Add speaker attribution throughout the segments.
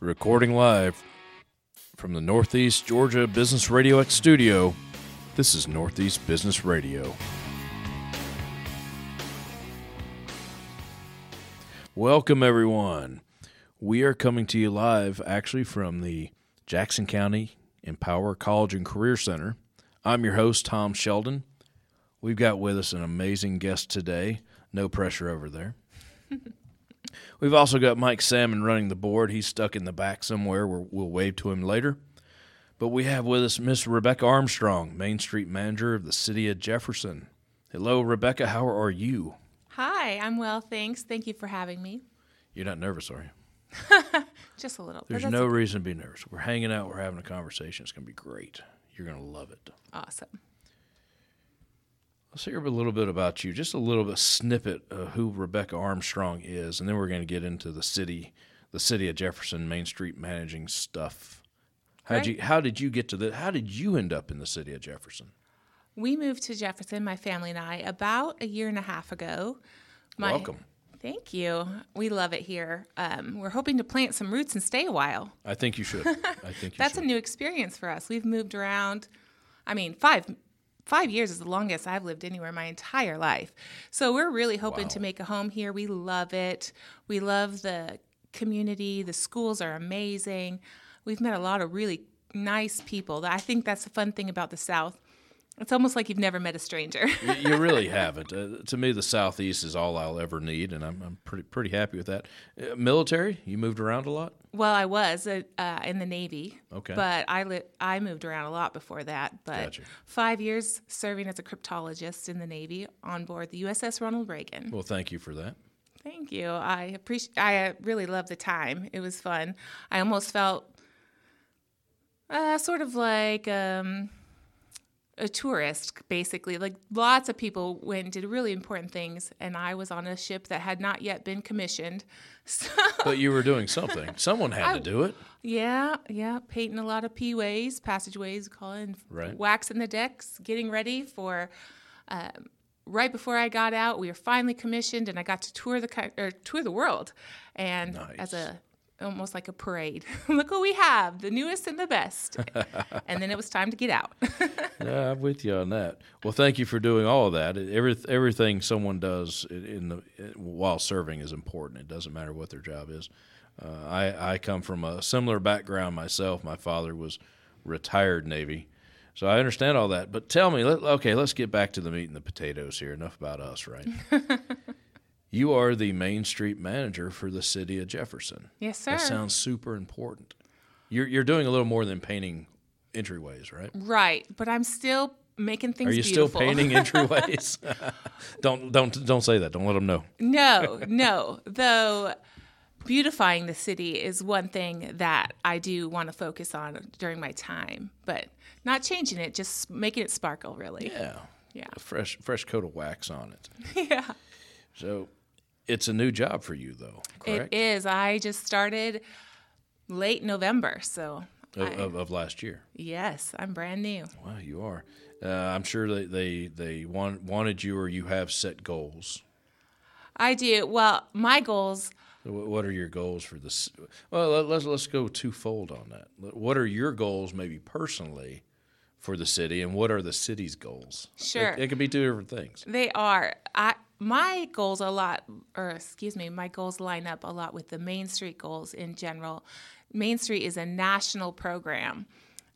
Speaker 1: Recording live from the Northeast Georgia Business Radio X studio, this is Northeast Business Radio. Welcome, everyone. We are coming to you live actually from the Jackson County Empower College and Career Center. I'm your host, Tom Sheldon. We've got with us an amazing guest today. No pressure over there. We've also got Mike Salmon running the board. He's stuck in the back somewhere. We're, we'll wave to him later. But we have with us Miss Rebecca Armstrong, Main Street Manager of the City of Jefferson. Hello, Rebecca. How are you?
Speaker 2: Hi, I'm well, thanks. Thank you for having me.
Speaker 1: You're not nervous, are you?
Speaker 2: Just a little. but
Speaker 1: There's
Speaker 2: that's
Speaker 1: no reason to be nervous. We're hanging out. We're having a conversation. It's going to be great. You're going to love it.
Speaker 2: awesome.
Speaker 1: Let's hear a little bit about you, just a little bit snippet of who Rebecca Armstrong is, and then we're going to get into the city, the city of Jefferson, Main Street managing stuff. How would
Speaker 2: Right.
Speaker 1: you how did you get to the how did you end up in the city of Jefferson?
Speaker 2: We moved to Jefferson, my family and I, about a year and a half ago. My,
Speaker 1: Welcome.
Speaker 2: Thank you. We love it here. Um, we're hoping to plant some roots and stay a while.
Speaker 1: I think you should. I think you
Speaker 2: That's a
Speaker 1: should.
Speaker 2: new experience for us. We've moved around. I mean, five five years is the longest I've lived anywhere my entire life. So we're really hoping to make a home here. We love it. We love the community. The schools are amazing. We've met a lot of really nice people. I think that's the fun thing about the South. It's almost like you've never met a stranger.
Speaker 1: Y- you really haven't. Uh, to me, the southeast is all I'll ever need, and I'm, I'm pretty pretty happy with that. Uh, military? You moved around a lot.
Speaker 2: well, I was uh, uh, in the Navy.
Speaker 1: Okay.
Speaker 2: But I li- I moved around a lot before that. But
Speaker 1: Gotcha.
Speaker 2: five years serving as a cryptologist in the Navy on board the USS Ronald Reagan.
Speaker 1: Well, thank you for that.
Speaker 2: Thank you. I appreciate. I uh, really loved the time. It was fun. I almost felt uh, sort of like um, a tourist, basically. Like lots of people went and did really important things, and I was on a ship that had not yet been commissioned. So
Speaker 1: But you were doing something. Someone had to do it.
Speaker 2: yeah, yeah, painting a lot of p-ways, passageways, calling,
Speaker 1: Right.
Speaker 2: waxing the decks, getting ready for. Um, right before I got out, we were finally commissioned, and I got to tour the coun- or tour the world, and as
Speaker 1: Nice.
Speaker 2: a almost like a parade. Look what we have, the newest and the best. and then it was time to get out.
Speaker 1: Yeah, I'm with you on that. Well, thank you for doing all of that. Every, everything someone does in- in the while serving is important. It doesn't matter what their job is. Uh, I I come from a similar background myself. My father was retired Navy, so I understand all that. But tell me, let, okay, let's get back to the meat and the potatoes here. Enough about us, right? you are the Main Street manager for the city of Jefferson.
Speaker 2: yes, sir.
Speaker 1: That sounds super important. You're you're doing a little more than painting entryways, right?
Speaker 2: right, but I'm still making things
Speaker 1: Are you
Speaker 2: beautiful.
Speaker 1: still painting entryways? don't don't don't say that. Don't let them know.
Speaker 2: No, no. Though beautifying the city is one thing that I do want to focus on during my time, but not changing it, just making it sparkle, really.
Speaker 1: Yeah,
Speaker 2: Yeah.
Speaker 1: a fresh fresh coat of wax on it.
Speaker 2: Yeah.
Speaker 1: So it's a new job for you, though, correct?
Speaker 2: It is. I just started late November, so
Speaker 1: of, of, of last year.
Speaker 2: yes, I'm brand new.
Speaker 1: Wow, you are. Uh, I'm sure they they they want, wanted you, or you have set goals.
Speaker 2: I do. Well, my goals
Speaker 1: Wh- What are your goals for this? Well, let- let's let's go twofold on that. What are your goals, maybe personally, for the city, and what are the city's goals? It-
Speaker 2: Sure.
Speaker 1: it could be two different things.
Speaker 2: They are. I my goals a lot, or excuse me, my goals line up a lot with the Main Street goals in general. Main Street is a national program.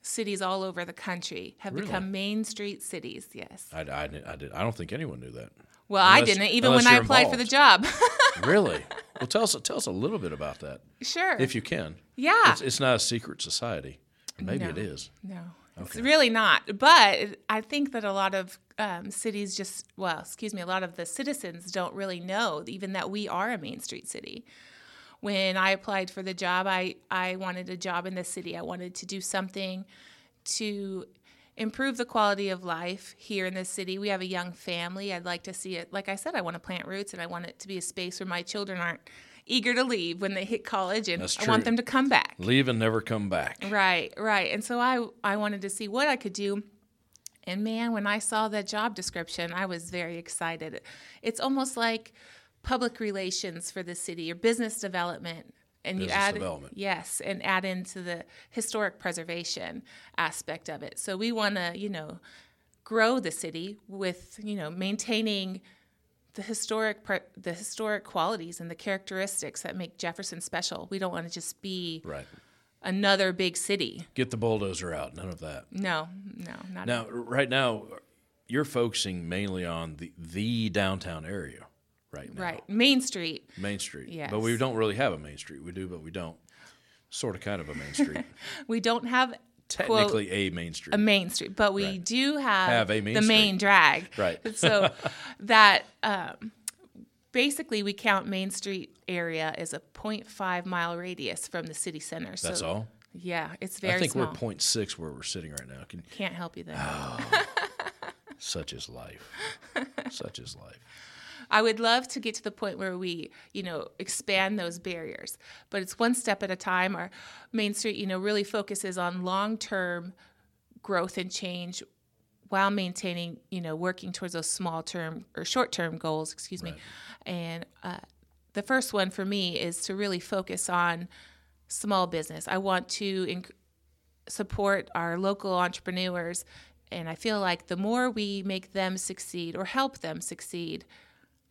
Speaker 2: Cities all over the country have become Main Street cities. Yes.
Speaker 1: I, I, didn't- I, did, I don't think anyone knew that.
Speaker 2: Well, I
Speaker 1: Unless-
Speaker 2: didn't even
Speaker 1: unless
Speaker 2: when I
Speaker 1: you're
Speaker 2: applied for the job.
Speaker 1: Really? Well, tell us tell us a little bit about that,
Speaker 2: sure.
Speaker 1: if you can.
Speaker 2: yeah.
Speaker 1: It's, it's not a secret society. Maybe it
Speaker 2: No.
Speaker 1: is.
Speaker 2: No, it's really not. But I think that a lot of um, cities just, well, excuse me, a lot of the citizens don't really know even that we are a Main Street city. When I applied for the job, I, I wanted a job in the city. I wanted to do something to improve the quality of life here in the city. We have a young family. I'd like to see it. Like I said, I want to plant roots and I want it to be a space where my children aren't eager to leave when they hit college and
Speaker 1: That's
Speaker 2: I want
Speaker 1: true.
Speaker 2: them to come back.
Speaker 1: Leave and never come back.
Speaker 2: Right, right. And so I I wanted to see what I could do. And man, when I saw that job description, I was very excited. It's almost like public relations for the city or business development. and you
Speaker 1: Business
Speaker 2: add
Speaker 1: development.
Speaker 2: yes and add into the historic preservation aspect of it so we want to you know grow the city with you know maintaining the historic pre- the historic qualities and the characteristics that make Jefferson special. We don't want to just be
Speaker 1: Right.
Speaker 2: another big city.
Speaker 1: Get the bulldozer out. None of that.
Speaker 2: No, no, not
Speaker 1: Now, right now, you're focusing mainly on the, the downtown area right now.
Speaker 2: right. Main Street.
Speaker 1: Main Street.
Speaker 2: Yes.
Speaker 1: But we don't really have a Main Street. We do, but we don't. Sort of kind of a Main Street.
Speaker 2: We don't have quote,
Speaker 1: Technically a Main Street.
Speaker 2: a main street, but we do have,
Speaker 1: Have a main
Speaker 2: the main drag.
Speaker 1: Right.
Speaker 2: so that um, basically we count Main Street area as a 0.5 mile radius from the city center.
Speaker 1: That's
Speaker 2: so,
Speaker 1: all.
Speaker 2: Yeah, it's very
Speaker 1: I think
Speaker 2: small.
Speaker 1: we're Oh. 0.6 where we're sitting right now. Can,
Speaker 2: Can't help you there.
Speaker 1: such is life. such is life.
Speaker 2: I would love to get to the point where we, you know, expand those barriers, but it's one step at a time. Our Main Street, you know, really focuses on long term growth and change while maintaining, you know, working towards those small term or short term goals, excuse me. And uh, the first one for me is to really focus on small business. I want to inc- support our local entrepreneurs. And I feel like the more we make them succeed or help them succeed,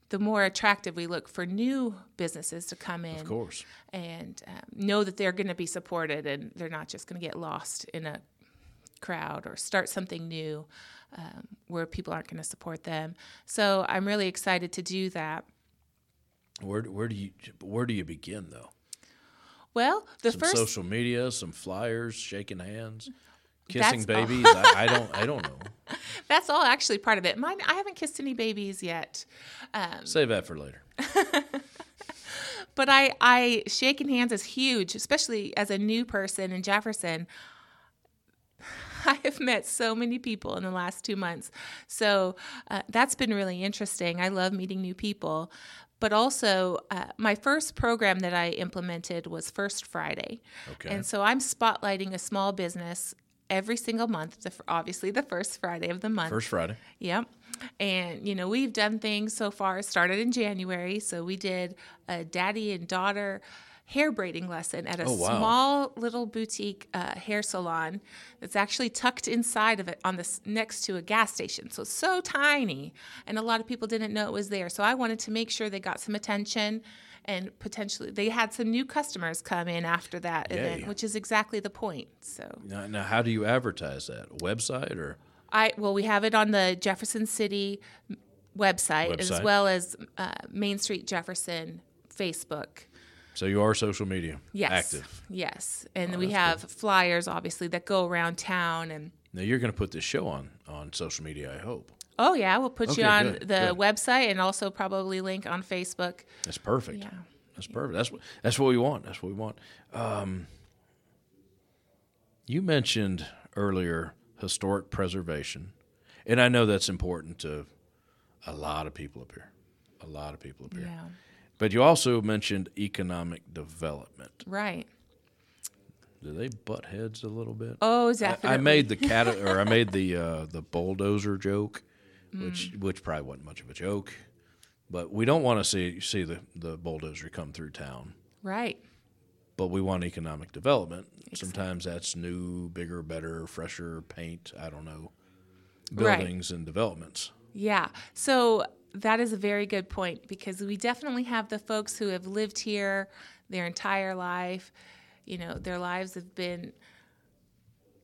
Speaker 2: the more attractive we look for new businesses to come in
Speaker 1: Of course.
Speaker 2: and um, know that they're going to be supported and they're not just going to get lost in a crowd or start something new um, where people aren't going to support them. So I'm really excited to do that.
Speaker 1: Where, where do you where do you begin though?
Speaker 2: Well, the
Speaker 1: Some
Speaker 2: first
Speaker 1: social media, some flyers, shaking hands,
Speaker 2: That's
Speaker 1: kissing
Speaker 2: all.
Speaker 1: babies. I, I don't I don't know.
Speaker 2: that's all actually part of it. Mine I haven't kissed any babies yet. Um,
Speaker 1: Save that for later.
Speaker 2: But I, I shaking hands is huge, especially as a new person in Jefferson. I have met so many people in the last two months, so uh, that's been really interesting. I love meeting new people, but also uh, my first program that I implemented was First Friday,
Speaker 1: Okay.
Speaker 2: and so I'm spotlighting a small business every single month. The, f- obviously, the first Friday of the month.
Speaker 1: First Friday.
Speaker 2: Yep. And, you know, we've done things so far, started in January. So we did a daddy and daughter hair braiding lesson at a
Speaker 1: Oh, wow.
Speaker 2: small little boutique uh, hair salon that's actually tucked inside of it on this next to a gas station. So it's so tiny. And a lot of people didn't know it was there. So I wanted to make sure they got some attention and potentially they had some new customers come in after that
Speaker 1: Yay.
Speaker 2: event, which is exactly the point. So.
Speaker 1: Now, now how do you advertise that? Website or
Speaker 2: I well, we have it on the Jefferson City website, as
Speaker 1: Website.
Speaker 2: well as uh, Main Street Jefferson Facebook.
Speaker 1: so you are social media
Speaker 2: Yes,
Speaker 1: active. Oh,
Speaker 2: Yes, and we have flyers, obviously, that go around town. And
Speaker 1: Now you're going to put this show on on social media. I hope
Speaker 2: oh yeah, we'll put
Speaker 1: Okay,
Speaker 2: you on
Speaker 1: good,
Speaker 2: the
Speaker 1: good.
Speaker 2: website and also probably link on Facebook.
Speaker 1: that's perfect. That's perfect. That's what that's what we want. That's what we want. Um, you mentioned earlier historic preservation, and I know that's important to a lot of people up here. A lot of people up here.
Speaker 2: Yeah,
Speaker 1: But you also mentioned economic development.
Speaker 2: right.
Speaker 1: Do they butt heads a little bit?
Speaker 2: Oh,
Speaker 1: I-
Speaker 2: definitely.
Speaker 1: I made the cat or I made the uh, the bulldozer joke,
Speaker 2: Mm.
Speaker 1: which which probably wasn't much of a joke, but we don't want to see see the the bulldozer come through town,
Speaker 2: right.
Speaker 1: but we want economic development. Sometimes that's new, bigger, better, fresher paint. I don't know,
Speaker 2: Right.
Speaker 1: buildings and developments.
Speaker 2: Yeah. So that is a very good point because we definitely have the folks who have lived here their entire life. You know, their lives have been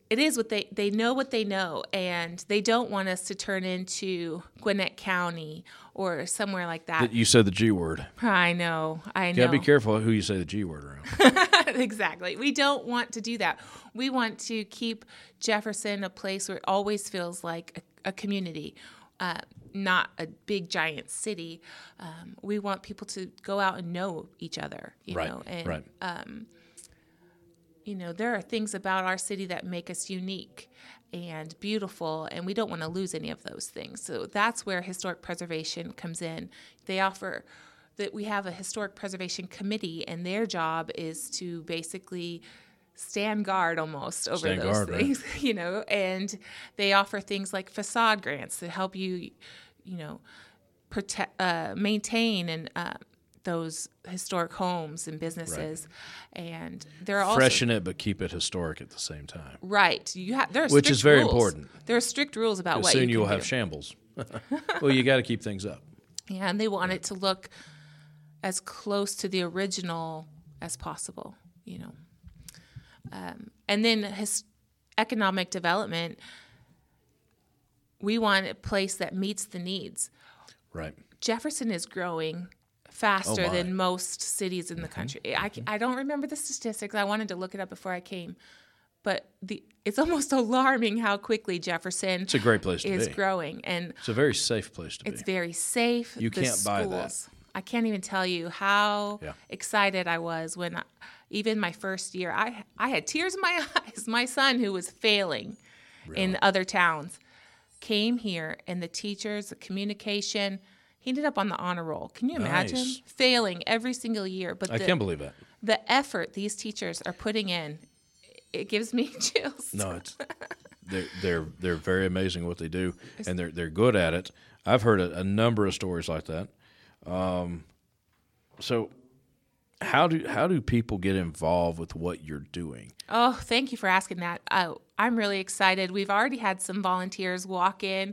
Speaker 2: it is what they they know what they know and they don't want us to turn into Gwinnett County or somewhere like that.
Speaker 1: You said the G word.
Speaker 2: I know. I
Speaker 1: You
Speaker 2: know.
Speaker 1: gotta be careful who you say the G word around.
Speaker 2: exactly. We don't want to do that. We want to keep Jefferson a place where it always feels like a, a community, uh, not a big giant city. Um, we want people to go out and know each other. You
Speaker 1: right,
Speaker 2: know, and
Speaker 1: right.
Speaker 2: you know there are things about our city that make us unique and beautiful and we don't want to lose any of those things so that's where historic preservation comes in they offer that we have a historic preservation committee and their job is to basically stand guard almost over
Speaker 1: Stand
Speaker 2: those
Speaker 1: guard, right.
Speaker 2: things you know and they offer things like facade grants that help you you know protect uh, maintain and uh, those historic homes and businesses, and they're also
Speaker 1: Freshen it, but keep it historic at the same time.
Speaker 2: right. You have there are
Speaker 1: Which
Speaker 2: strict
Speaker 1: is very
Speaker 2: rules.
Speaker 1: important.
Speaker 2: There are strict rules about what
Speaker 1: Soon
Speaker 2: you
Speaker 1: you will
Speaker 2: can
Speaker 1: have shambles. well, you got to keep things up.
Speaker 2: do. Yeah, and they want it to look as close to the original as possible. You know, um, and then his economic development. We want a place that meets the needs.
Speaker 1: Right.
Speaker 2: Jefferson is growing faster
Speaker 1: Oh, my. Mm-hmm.
Speaker 2: than most cities in the country. I, ca- I don't remember the statistics. I wanted to look it up before I came, but the it's almost alarming how quickly Jefferson
Speaker 1: It's a great place to
Speaker 2: is
Speaker 1: be.
Speaker 2: growing, and
Speaker 1: It's a very safe place to
Speaker 2: it's
Speaker 1: be.
Speaker 2: very safe.
Speaker 1: You
Speaker 2: the
Speaker 1: can't buy that.
Speaker 2: schools- I can't even tell you how
Speaker 1: Yeah.
Speaker 2: excited I was when, I, even my first year, I I had tears in my eyes. My son, who was failing in other towns, came here, and the teachers, the communication, he ended up on the honor roll. Can you imagine
Speaker 1: Nice.
Speaker 2: failing every single year? But
Speaker 1: I
Speaker 2: the,
Speaker 1: can't believe that.
Speaker 2: the effort these teachers are putting in, it gives me chills.
Speaker 1: No, it's they're they're they're very amazing at what they do, and they're they're good at it. I've heard a, a number of stories like that. Um, so how do how do people get involved with what you're doing?
Speaker 2: Oh, thank you for asking that. Oh, I'm really excited. We've already had some volunteers walk in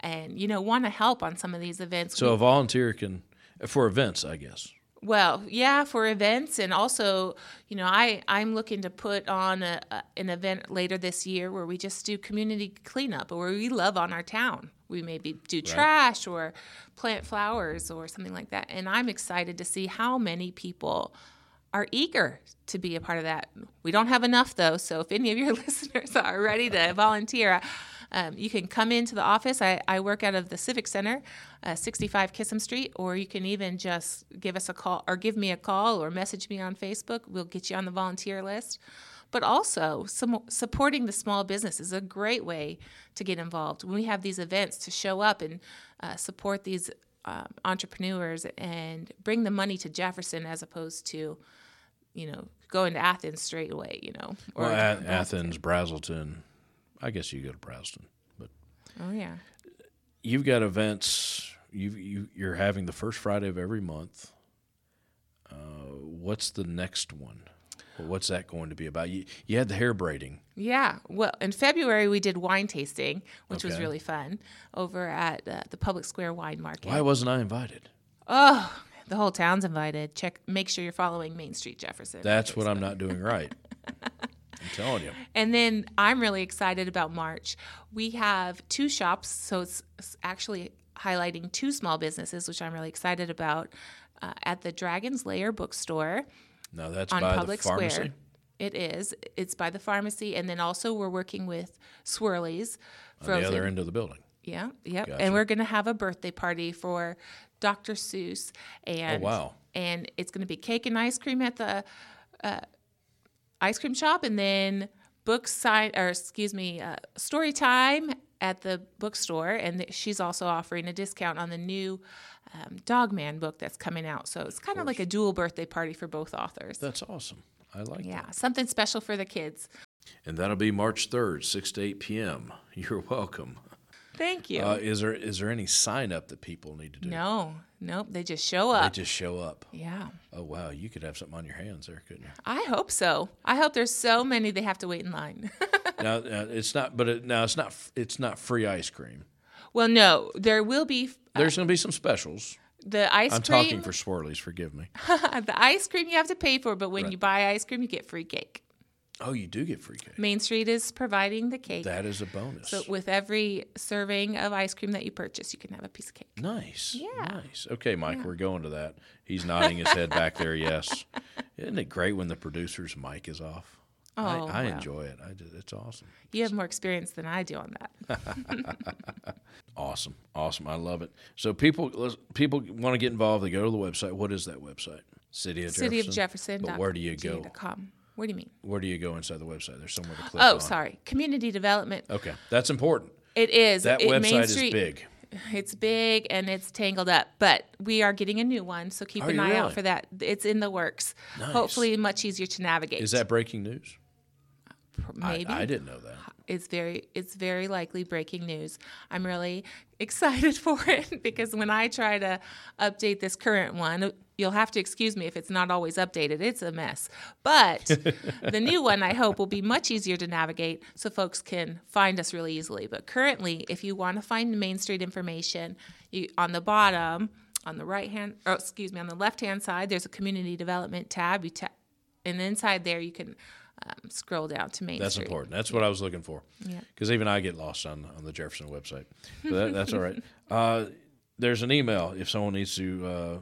Speaker 2: and, you know, want to help on some of these events.
Speaker 1: So a volunteer can for events, I guess.
Speaker 2: well, yeah, for events. And also, you know, I, I'm looking to put on a, a, an event later this year where we just do community cleanup or where we love on our town. We maybe do trash or plant flowers or something like that. And I'm excited to see how many people are eager to be a part of that. We don't have enough though, so if any of your listeners are ready to volunteer, um, you can come into the office. I, I work out of the Civic Center, uh, 65 Kissam Street, or you can even just give us a call or give me a call or message me on Facebook. We'll get you on the volunteer list. But also, some, supporting the small business is a great way to get involved. When we have these events, to show up and uh, support these um, entrepreneurs and bring the money to Jefferson as opposed to, you know, going to Athens straight away, you know. Or,
Speaker 1: Well, A- Athens, Brazelton. I guess you go to Brazelton, but
Speaker 2: oh, yeah.
Speaker 1: you've got events. You you you're having the first Friday of every month. Uh, what's the next one? What's that going to be about? You you had the hair braiding.
Speaker 2: Yeah. Well, in February, we did wine tasting, which was
Speaker 1: Okay.
Speaker 2: really fun over at uh, the Public Square Wine Market.
Speaker 1: Why wasn't I invited?
Speaker 2: Oh, the whole town's invited. Check, make sure you're following Main Street Jefferson.
Speaker 1: That's what I'm not doing right. I'm telling you.
Speaker 2: And then I'm really excited about March. We have two shops, so it's it's actually highlighting two small businesses, which I'm really excited about, uh, at the Dragon's Lair bookstore
Speaker 1: No, that's
Speaker 2: on
Speaker 1: by
Speaker 2: Public
Speaker 1: the pharmacy.
Speaker 2: Square. It is. It's by the pharmacy, and then also we're working with Swirlies,
Speaker 1: On
Speaker 2: Frozen.
Speaker 1: the other end of the building.
Speaker 2: Yeah, yep.
Speaker 1: Gotcha.
Speaker 2: And we're going to have a birthday party for Dr. Seuss, and
Speaker 1: Oh, wow.
Speaker 2: and it's going to be cake and ice cream at the uh, ice cream shop, and then book sign or excuse me, uh, story time at the bookstore, and th- she's also offering a discount on the new. Um, Dogman book that's coming out, so it's kind of like a dual birthday party for both authors.
Speaker 1: That's awesome. I like that.
Speaker 2: yeah, something special for the kids.
Speaker 1: And that'll be March 3rd, 6 to 8 p.m. You're welcome.
Speaker 2: Thank you.
Speaker 1: Uh, is there is there any sign up that people need to do?
Speaker 2: no, nope, they just show
Speaker 1: They
Speaker 2: up.
Speaker 1: just show up.
Speaker 2: yeah.
Speaker 1: Oh wow, you could have something on your hands there, couldn't you?
Speaker 2: I hope so. I hope there's so many they have to wait in line.
Speaker 1: now uh, it's not, but it, now it's not. f- It's not free ice cream.
Speaker 2: well, no, there will be uh,
Speaker 1: There's going to be some specials.
Speaker 2: the ice
Speaker 1: I'm
Speaker 2: cream.
Speaker 1: talking for swirlies. Forgive me.
Speaker 2: the ice cream you have to pay for, but when you buy ice cream, you get free cake.
Speaker 1: Oh, you do get free cake.
Speaker 2: Main Street is providing the cake.
Speaker 1: That is a bonus.
Speaker 2: so with every serving of ice cream that you purchase, you can have a piece of cake.
Speaker 1: nice. Yeah. Nice. Okay, Mike, we're going to that. He's nodding his head back there. Yes. Isn't it great when the producer's mic is off? I,
Speaker 2: Oh,
Speaker 1: I
Speaker 2: wow.
Speaker 1: enjoy it. I just, it's awesome.
Speaker 2: You have more experience than I do on that.
Speaker 1: Awesome. Awesome. I love it. So people let's- people want to get involved. They go to the website. What is that website? City of
Speaker 2: City of
Speaker 1: Jefferson.
Speaker 2: Jefferson.
Speaker 1: But where do you go?
Speaker 2: What do you mean?
Speaker 1: Where do you go inside the website? There's somewhere to click
Speaker 2: Oh,
Speaker 1: on.
Speaker 2: sorry. Community development.
Speaker 1: Okay, that's important.
Speaker 2: It is.
Speaker 1: That
Speaker 2: It- Main
Speaker 1: website
Speaker 2: Street-
Speaker 1: is big.
Speaker 2: It's big and it's tangled up, but we are getting a new one, so keep
Speaker 1: Are
Speaker 2: an
Speaker 1: you
Speaker 2: eye out
Speaker 1: really?
Speaker 2: for that. It's in the works. Hopefully, much easier to navigate.
Speaker 1: Is that breaking news?
Speaker 2: P- maybe?
Speaker 1: I, I didn't know that.
Speaker 2: is very it's very likely breaking news. I'm really excited for it because when I try to update this current one, you'll have to excuse me if it's not always updated. It's a mess. But the new one I hope will be much easier to navigate so folks can find us really easily. But currently, if you want to find Main Street information, you on the bottom on the right hand or excuse me on the left hand side there's a community development tab you tap and inside there you can um, scroll down to main
Speaker 1: That's
Speaker 2: street
Speaker 1: important. That's what I was looking for.
Speaker 2: Yeah.
Speaker 1: Because even I get lost on, on the Jefferson website. But that, that's all right. Uh, there's an email if someone needs to, uh,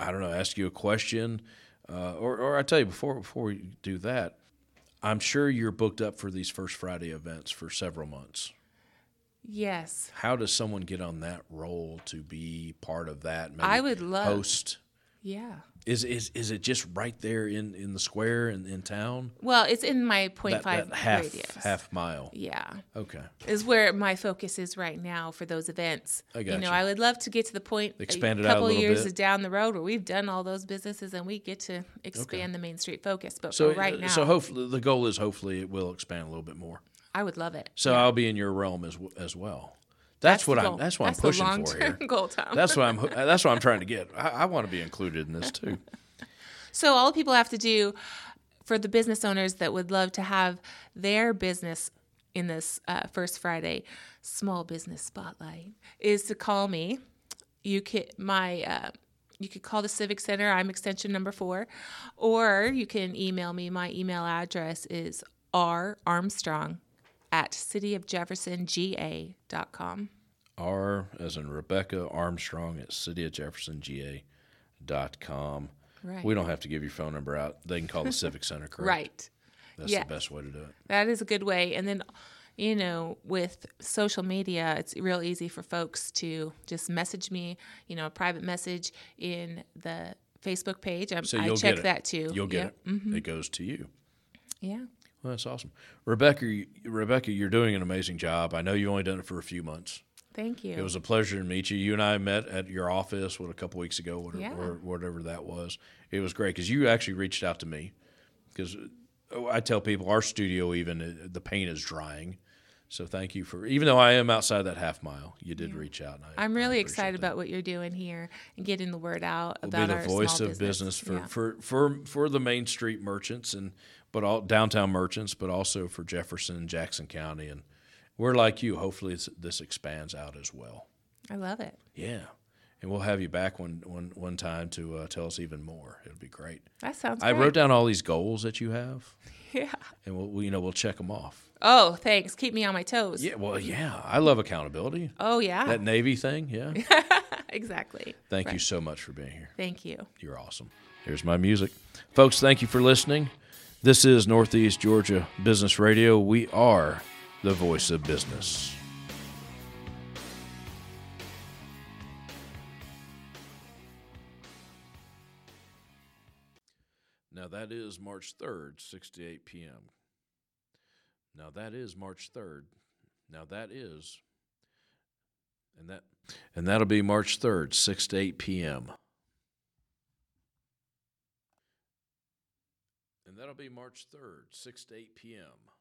Speaker 1: I don't know, ask you a question. Uh, or, or I tell you, before, before we do that, I'm sure you're booked up for these First Friday events for several months.
Speaker 2: yes
Speaker 1: How does someone get on that role to be part of that? Maybe
Speaker 2: I would love-
Speaker 1: host.
Speaker 2: yeah
Speaker 1: Is, is is it just right there in, in the square in, in town?
Speaker 2: well it's in my
Speaker 1: That,
Speaker 2: 0.5
Speaker 1: that half
Speaker 2: radius
Speaker 1: half mile.
Speaker 2: yeah
Speaker 1: Okay.
Speaker 2: is where my focus is right now for those events.
Speaker 1: I
Speaker 2: you
Speaker 1: got
Speaker 2: know,
Speaker 1: you.
Speaker 2: I would love to get to the point
Speaker 1: Expand it
Speaker 2: a
Speaker 1: out a
Speaker 2: couple
Speaker 1: little
Speaker 2: years
Speaker 1: bit.
Speaker 2: down the road where we've done all those businesses and we get to expand the Main Street focus. But
Speaker 1: So uh,
Speaker 2: for right now,
Speaker 1: so hopefully the goal is hopefully it will expand a little bit more.
Speaker 2: I would love it.
Speaker 1: So I'll be in your realm as w- as well. That's,
Speaker 2: the
Speaker 1: what I'm.
Speaker 2: goal.
Speaker 1: That's what
Speaker 2: That's
Speaker 1: I'm
Speaker 2: the
Speaker 1: pushing for
Speaker 2: long-term
Speaker 1: here.
Speaker 2: goal, Tom.
Speaker 1: That's what I'm. ho- That's what I'm trying to get. I, I want to be included in this too.
Speaker 2: So all people have to do for the business owners that would love to have their business in this uh, first Friday small business spotlight is to call me. You can my uh, you could call the Civic Center. I'm extension number four, or you can email me. My email address is r armstrong at cityofjeffersonga.com.
Speaker 1: R as in Rebecca Armstrong at cityofjeffersonga.com.
Speaker 2: Right.
Speaker 1: We don't have to give your phone number out. They can call the Civic Center, correct?
Speaker 2: Right.
Speaker 1: That's
Speaker 2: yes.
Speaker 1: the best way to do it.
Speaker 2: That is a good way. And then, you know, with social media, it's real easy for folks to just message me, you know, a private message in the Facebook page. I'm,
Speaker 1: So
Speaker 2: I
Speaker 1: you'll
Speaker 2: check
Speaker 1: get it.
Speaker 2: that too. Mm-hmm.
Speaker 1: You'll get
Speaker 2: Yep.
Speaker 1: it. It goes to you.
Speaker 2: Yeah.
Speaker 1: Well, that's awesome, Rebecca. you- Rebecca, you're doing an amazing job. I know you've only done it for a few months.
Speaker 2: Thank you.
Speaker 1: It was a pleasure to meet you. You and I met at your office what a couple weeks ago, whatever,
Speaker 2: Yeah.
Speaker 1: or whatever that was. It was great because you actually reached out to me because I tell people our studio even uh, the paint is drying. So thank you for even though I am outside that half mile, you did reach out. And I,
Speaker 2: I'm really
Speaker 1: I appreciate
Speaker 2: excited
Speaker 1: that.
Speaker 2: about what you're doing here and getting the word out
Speaker 1: We'll
Speaker 2: about
Speaker 1: be the
Speaker 2: our
Speaker 1: voice
Speaker 2: small
Speaker 1: of business, for,
Speaker 2: Yeah.
Speaker 1: for for for the Main Street merchants and but all downtown merchants, but also for Jefferson, Jackson County, and we're like you. Hopefully, it's, this expands out as well.
Speaker 2: I love it.
Speaker 1: Yeah, and we'll have you back one one one time to uh, tell us even more. It'll be great.
Speaker 2: That sounds.
Speaker 1: I
Speaker 2: great.
Speaker 1: wrote down all these goals that you have,
Speaker 2: Yeah.
Speaker 1: and we'll we, you know we'll check them off.
Speaker 2: Oh, thanks. Keep me on my toes.
Speaker 1: Yeah, well, yeah, I love accountability.
Speaker 2: Oh yeah.
Speaker 1: That Navy thing, yeah.
Speaker 2: exactly.
Speaker 1: Thank you so much for being here.
Speaker 2: Thank you.
Speaker 1: You're awesome. Here's my music. Folks, thank you for listening. This is Northeast Georgia Business Radio. We are the voice of business. Now that is March 3rd, 6 to 8 p.m. Now that is March 3rd. Now that is and that and that'll be March 3rd, 6 to 8 p.m. And that'll be March 3rd, 6 to 8 p.m.